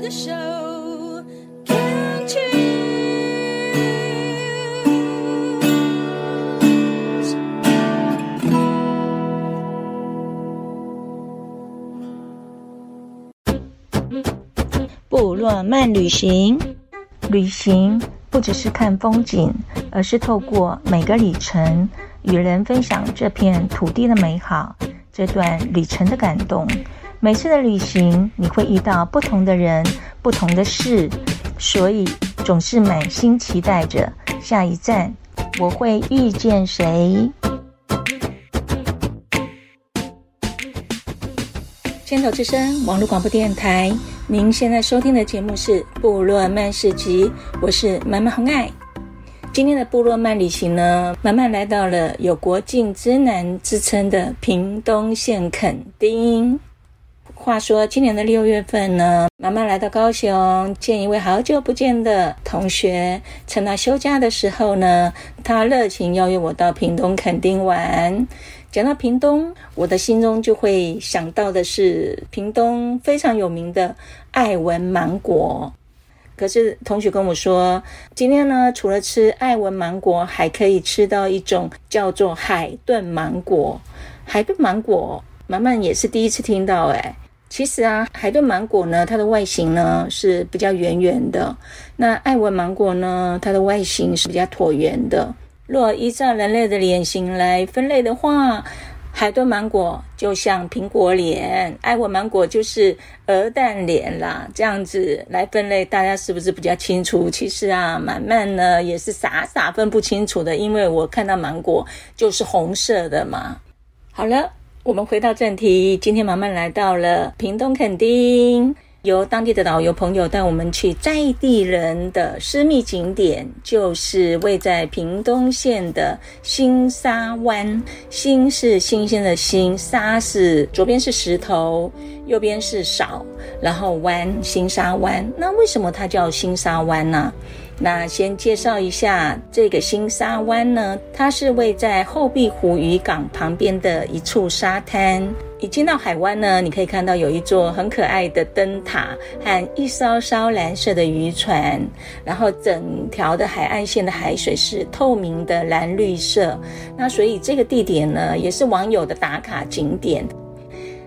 the show. Can't choose. 《部落漫旅行》，旅行不只是看风景，而是透过每个里程与人分享这片土地的美好，这段旅程的感动。每次的旅行，你会遇到不同的人、不同的事，所以总是满心期待着下一站我会遇见谁。千岛之声网络广播电台，您现在收听的节目是《部落漫市集》，我是满满红爱。今天的部落漫旅行呢，满满来到了有“国境之南”之称的屏东县垦丁。话说今年的六月份呢，妈妈来到高雄见一位好久不见的同学。趁她休假的时候呢，她热情邀约我到屏东垦丁玩。讲到屏东，我的心中就会想到的是屏东非常有名的爱文芒果。可是同学跟我说，今天呢，除了吃爱文芒果，还可以吃到一种叫做海顿芒果。海顿芒果，满满也是第一次听到哎、其实啊，海顿芒果呢，它的外形呢是比较圆圆的。那爱文芒果呢，它的外形是比较椭圆的。若依照人类的脸型来分类的话，海顿芒果就像苹果脸，爱文芒果就是鹅蛋脸啦。这样子来分类，大家是不是比较清楚？其实啊，满满呢也是傻傻分不清楚的，因为我看到芒果就是红色的嘛。好了，我们回到正题。今天妈妈来到了屏东垦丁，由当地的导游朋友带我们去在地人的私密景点，就是位在屏东县的新沙湾。新是新鲜的新，沙是左边是石头，右边是勺，然后湾新沙湾。那为什么它叫新沙湾呢、那先介绍一下这个新沙湾呢，它是位在后壁湖渔港旁边的一处沙滩。一进到海湾呢，你可以看到有一座很可爱的灯塔和一艘艘蓝色的渔船，然后整条的海岸线的海水是透明的蓝绿色。那所以这个地点呢，也是网友的打卡景点。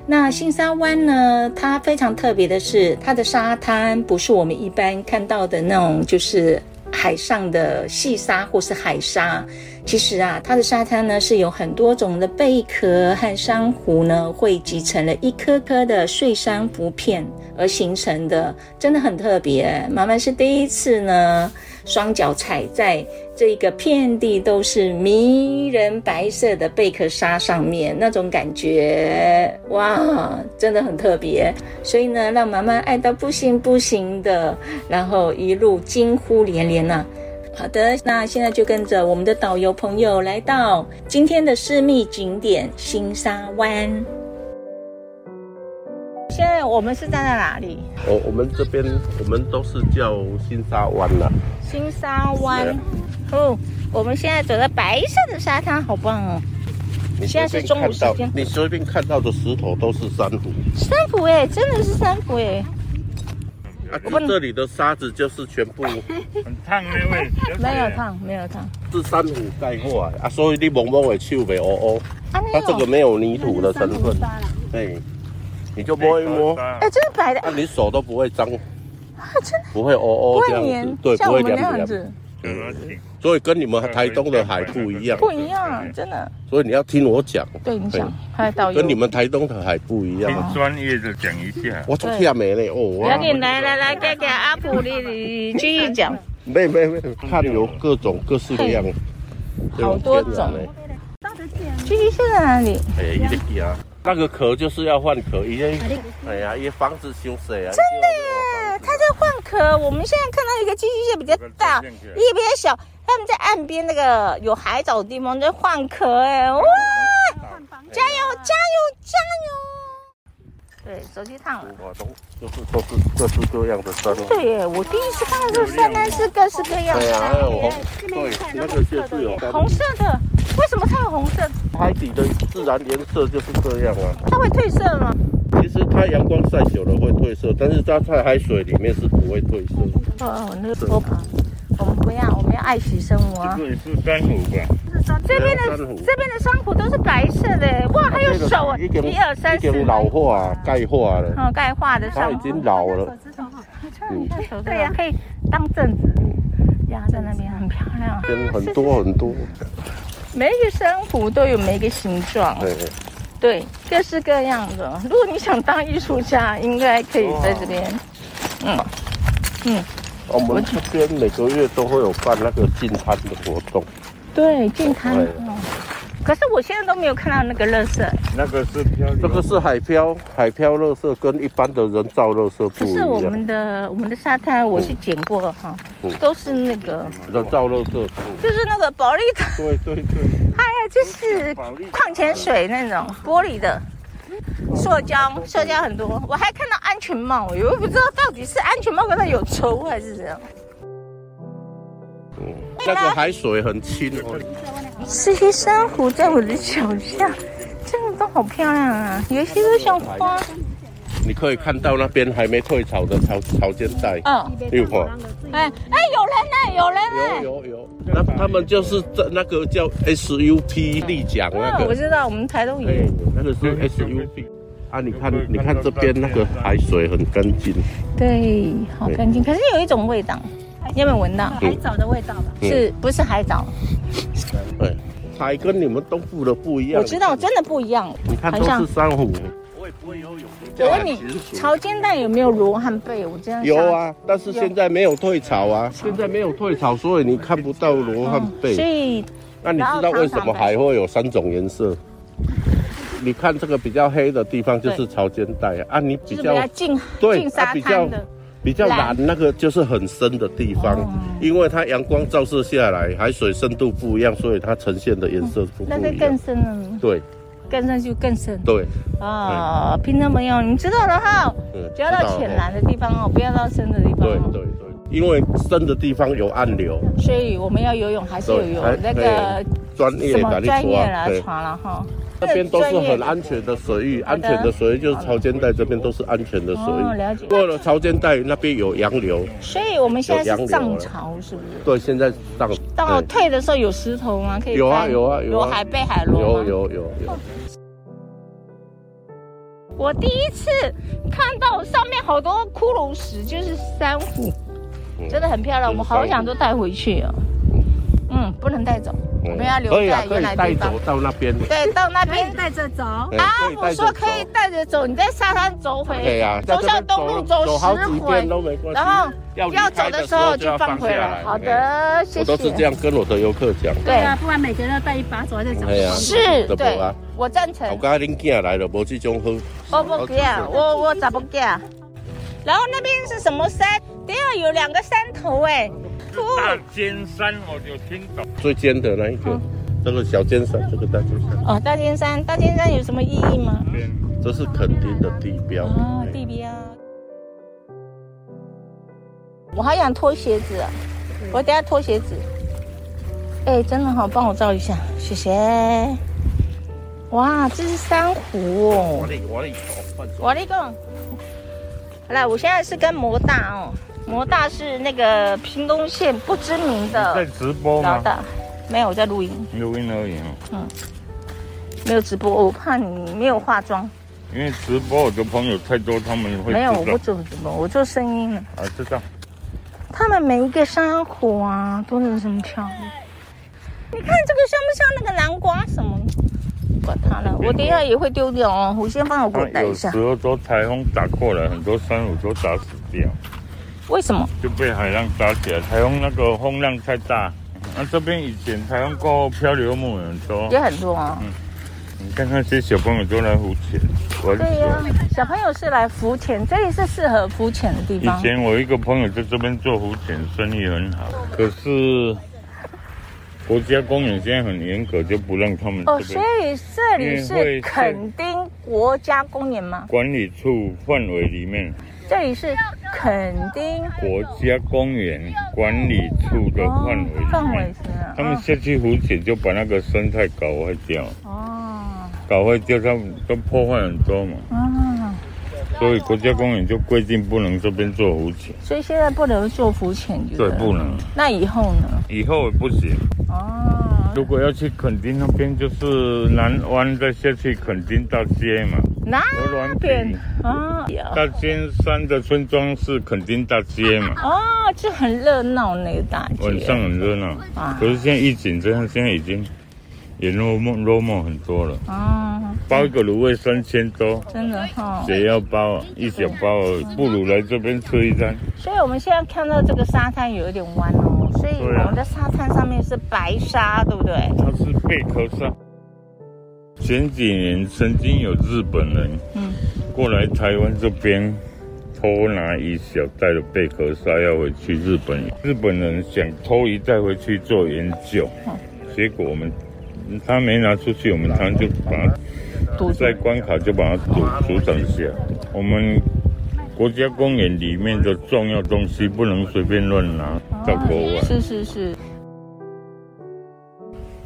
那新沙湾呢，它非常特别的是，它的沙滩不是我们一般看到的那种，就是海上的细沙或是海沙。其实啊，它的沙滩呢是有很多种的贝壳和珊瑚呢汇集成了一颗颗的碎珊瑚片而形成的，真的很特别。妈妈是第一次呢，双脚踩在这个遍地都是迷人白色的贝壳沙上面，那种感觉，哇，真的很特别。所以呢，让妈妈爱到不行不行的，然后一路惊呼连连呐、好的，那现在就跟着我们的导游朋友来到今天的私密景点新沙湾。现在我们是站在哪里？我哦我们这边我们都是叫新沙湾啦，新沙湾 Yeah.。哦，我们现在走在白色的沙滩，好棒哦！你现在是中午时间随便看到你随便看到的石头都是珊瑚，珊瑚哎，真的是珊瑚哎，啊，这这里的沙子就是全部很烫那位，没有烫，没有烫。是珊瑚盖过来啊，所以你摸摸的手袂乌乌，啊，没它这个有。没有泥土的成分，对，你就摸一摸，哎，这是白的，啊，啊，你手都不会脏，真的不会乌不哦乌这会样黏子，，对，像不我会们凉那样凉，子，所以跟你们台东的海不一样，不一样，真的。所以你要听我讲，对，你想对，还有导游跟，你们台东的海不一样。很专业的讲一下，我昨天没嘞，哦，不我要紧，来来来，给给阿普你你继续讲。没没没，看有各种各式各样，好多种嘞。聚集是在哪里？哎，一个鸡啊，那个壳就是要换壳，因为哎呀，因为防止修水啊。真的耶，它在换壳。我们现在看到一个寄居蟹比较大，这个这个一边小，他们在岸边那个有海藻的地方在换壳，哎，哇！加油，加油，加油！对，手机烫了。我都就是都是各式各样的生物。对耶，我第一次看到这个圣诞是各式各样哎呀，还的，有红，对，那个就是有红色的，为什么它有红色？海底的自然颜色就是这样啊。它会褪色吗？其实它阳光晒久了会褪褪色，但是它在海水里面是不会褪色的。哦哦，那个我我们不要，我们要爱惜生活啊。这个是珊瑚吧？这边的珊瑚这边的珊瑚都是白色的，哇，还有手啊，已经一二三已四经，老化、钙化了，哦，钙化的它珊已瑚，经老了。对呀，可以当凳子，压在那边很漂亮。跟很多很多，每一个珊瑚都有每一个形状，对，对，各式各样的。如果你想当艺术家，应该可以在这边。哦嗯我们这边每个月都会有办那个进餐的活动，对，进滩对哦。可是我现在都没有看到那个垃圾，那个是漂流，这个是海漂，海漂垃圾跟一般的人造垃圾可不是我一样，们的我们的沙滩，我去捡过了哈嗯，都是那个，人造垃圾不就是那个保利达，对对对，哎呀，就是矿泉水那种玻璃的，塑胶，塑胶很多。我还看到安全帽，我又不知道到底是安全帽跟它有仇还是怎样。嗯，那个海水很清哦，这些珊瑚在我的脚下，真的都好漂亮啊，有一些都像花。你可以看到那边还没退潮的潮潮间带，嗯，有吗？哎哎，有人呢、有人呢、有有有，那他们就是在那个叫 SUP 立桨那嗯，我个，知道，我们台东有。哎，那个是 SUP。啊，你看，你看这边那个海水很干净，对，好干净，可是有一种味道，你有没有闻到？海藻的味道吧？嗯是不是海藻？对，海跟你们东部的不一样。我知道，真的不一样。你看都是珊瑚。我也不会游泳。我问你，潮间带有没有螺和贝？我这样想有，啊，但是现在没有退潮啊，现在没有退潮，所以你看不到罗汉所贝。以那你知道为什么海会有三种颜色？你看这个比较黑的地方就是潮间带啊，啊你就比是比较较近对近沙它比较滩的。比较蓝那个就是很深的地方，因为它阳光照射下来，海水深度不一样，所以它呈现的颜色不不那再一更样。深了呢，对更深就更深对，啊！听众朋友，你们知道了哈，嗯，只要到浅蓝的地方哦，不要到深的地方对哦。对对，因为深的地方有暗流，所以我们要游泳还是有对游还那个对专业什打么力专业抓，啦对，船了哈。那边都是很安全的水域，好安的全的水域就是潮间带这边都是安全的水哦了解域。过了潮间带那边有洋流，所以我们现在有是洋流涨了潮，是不是？对，现在上到对退的时候有石头吗？可以有啊翻有啊有有啊海贝海螺有吗。有有有，我第一次看到上面好多骷髅石，就是珊瑚，嗯真的很漂亮，就是我好珊瑚想都带回去哦。嗯，不能带走，我们要留可以啊在，可原以来带地方走。到那边。对，到那边带着走。哎啊可以，我带走说可以走带着走，你在沙滩走回，对呀，啊在走这向边东路走走好十几回遍，都没关系。然后离要开走的时候就放回下来。好哎的，谢谢。我都是这样跟我的游客讲。对，啊，不然每个人要带一把走在走。哎呀，是，就对没啊，我赞我成。刚恁囝来了，无这种好。我不给啊，我我咋不给啊？然后那边是什么山？等一下有两个山头哎、秃大尖山，我就听懂。最尖的那一个，嗯这个小尖山，这个大尖山，哦，大尖山，大尖山有什么意义吗？这是垦丁的地标。嗯哦哎，地标。我好想脱鞋子、啊，嗯我等一下脱鞋子。哎，真的好，帮我照一下，谢谢。哇，这是珊瑚哦我。的我的头，我那个，好了，我现在是跟摩大哦，摩大是那个屏东县不知名在的直播老吗？大，没有我在录音，录音而已哦，没有直播，我怕你没有化妆，因为直播我的朋友太多，他们会没有我知不做直播，我做声音的。道啊，知道。他们每一个珊瑚啊，都是这么漂亮。你看这个像不像那个南瓜什么？管它了，我等一下也会丢掉哦，我先帮我啊滚带一有下时。候都台风打过来，很多山我都打死掉，为什么？就被海浪打起来。台风那个风浪太大，那、这边以前台风过后漂流木很多。也很多嗯啊。你看看这些小朋友都来浮潜，我就对呀、说，小朋友是来浮潜，这里是适合浮潜的地方以。前我一个朋友在这边做浮潜，生意很好，可是国家公园现在很严格，就不让他们哦，这所边以这里是垦丁国家公园吗？管理处范围里面，这里是垦丁国家公园管理处的哦范围里范围面。是啊他们下去浮潜就把那个生态搞坏掉，哦搞坏掉他们都破坏很多嘛。哦，所以国家公园就规定不能这边做浮潜，所以现在不能做浮潜，对，不。能，那以后呢？以后也不行。哦，如果要去垦丁那边，就是南湾再下去垦丁大街嘛，那鹅銮边鼻。啊，有大尖山的村庄是垦丁大 街嘛，哦，就很热闹那个大街。晚上很热闹啊。可是现在疫情这样，现在已经也落寞落寞很多了。啊，包一个卤味三千多，真的哈、谁要包啊？一小包啊，不如来这边吃一餐。所以我们现在看到这个沙滩有一点弯哦，所以对啊我们的沙滩上面是白沙，对不对？它是贝壳沙。前几年曾经有日本人，嗯过来台湾这边偷拿一小袋的贝壳沙要回去日本，日本人想偷一袋回去做研究，哦结果我们他没拿出去，我们常就把它在关卡就把它阻阻挡下。我们国家公园里面的重要东西不能随便乱拿到国外。是是是。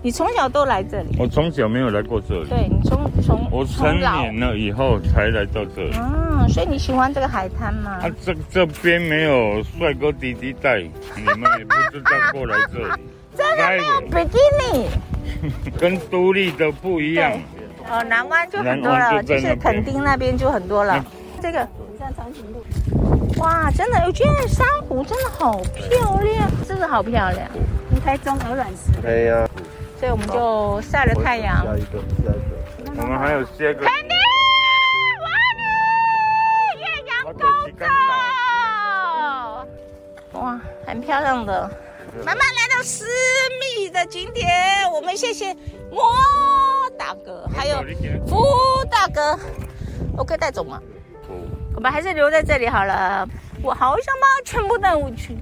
你从小都来这里，我从小没有来过这里。对你从从我成从老年了以后才来到这里。嗯，所以你喜欢这个海滩吗？啊，这这边没有帅哥弟弟带，你们也不知道过来这里。 真的没有来比基尼。跟独立的不一样对，呃，南湾就很多南了，湾就就在那是边垦丁那边就很多了。这个哇，真的，我觉得珊瑚真的好漂亮，真的好漂亮。离开中鹅卵石。哎呀，所以我们就晒了太阳。下一个，下一个。我们还有些个肯定，我爱你，岳阳公主。哇，很漂亮的。妈妈来到私密的景点，我们谢谢莫大哥，还有福大哥，我可以带走吗？嗯我们还是留在这里好了。我好想把它全部带回去。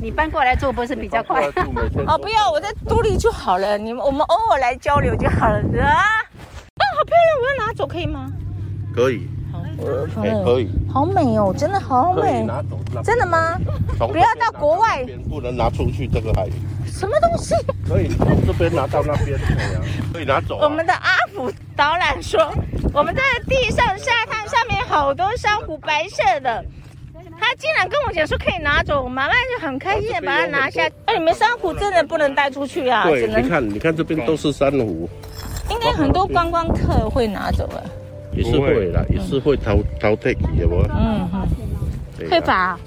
你搬过来住不是比较快？哦，不要，我在都里就好了。你们我们偶尔来交流就好了啊。啊，好漂亮，我要拿走可以吗？可以，我哎、可以，好美哦，真的好可以美，拿走。那真的吗？从不要到国外这边不能拿出去这个海，什么东西？可以从这边拿到那边，哎呀可以拿走、啊。我们的阿福导览说，我们在地上沙滩上面好多珊瑚，白色的。他竟然跟我讲说可以拿走，我妈妈就很开心的把它拿下。哎，你们珊瑚真的不能带出去啊，只对，能你看，你看这边都是珊瑚，应该很多观光客会拿走啊。也是会啦，也是会淘淘汰有没有？嗯嗯。对啊会？吧？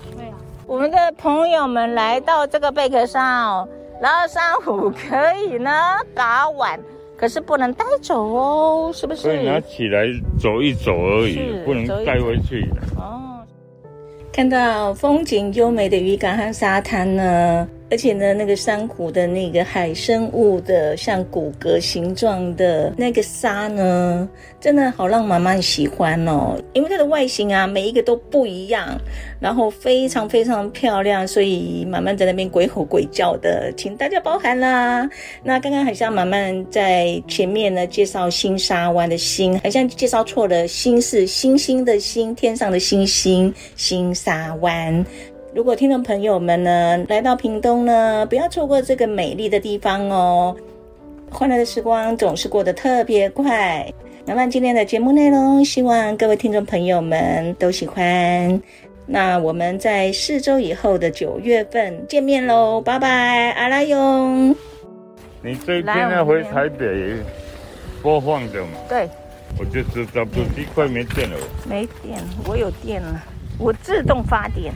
我们的朋友们来到这个贝壳上哦，然后珊瑚可以呢把碗，可是不能带走哦，是不可以拿是？起来走一走而是已，不能带回去。哦，看到风景优美的渔港和沙滩呢，而且呢，那个珊瑚的那个海生物的像骨骼形状的那个沙呢，真的好让妈妈喜欢哦，因为它的外形啊，每一个都不一样，然后非常非常漂亮，所以妈妈在那边鬼吼鬼叫的，请大家包涵啦。那刚刚好像满满在前面呢介绍新沙湾的新，好像介绍错了，新是星星的星，天上的星星，新沙湾。如果听众朋友们呢来到屏东呢，不要错过这个美丽的地方哦。欢乐的时光总是过得特别快。那么今天的节目内容，希望各位听众朋友们都喜欢。那我们在四周以后的九月份见面喽，拜拜，阿拉勇。你这一来天我们要回台北播放的嘛，对，我就知道，手机快没电了。没电，我有电了，我自动发电。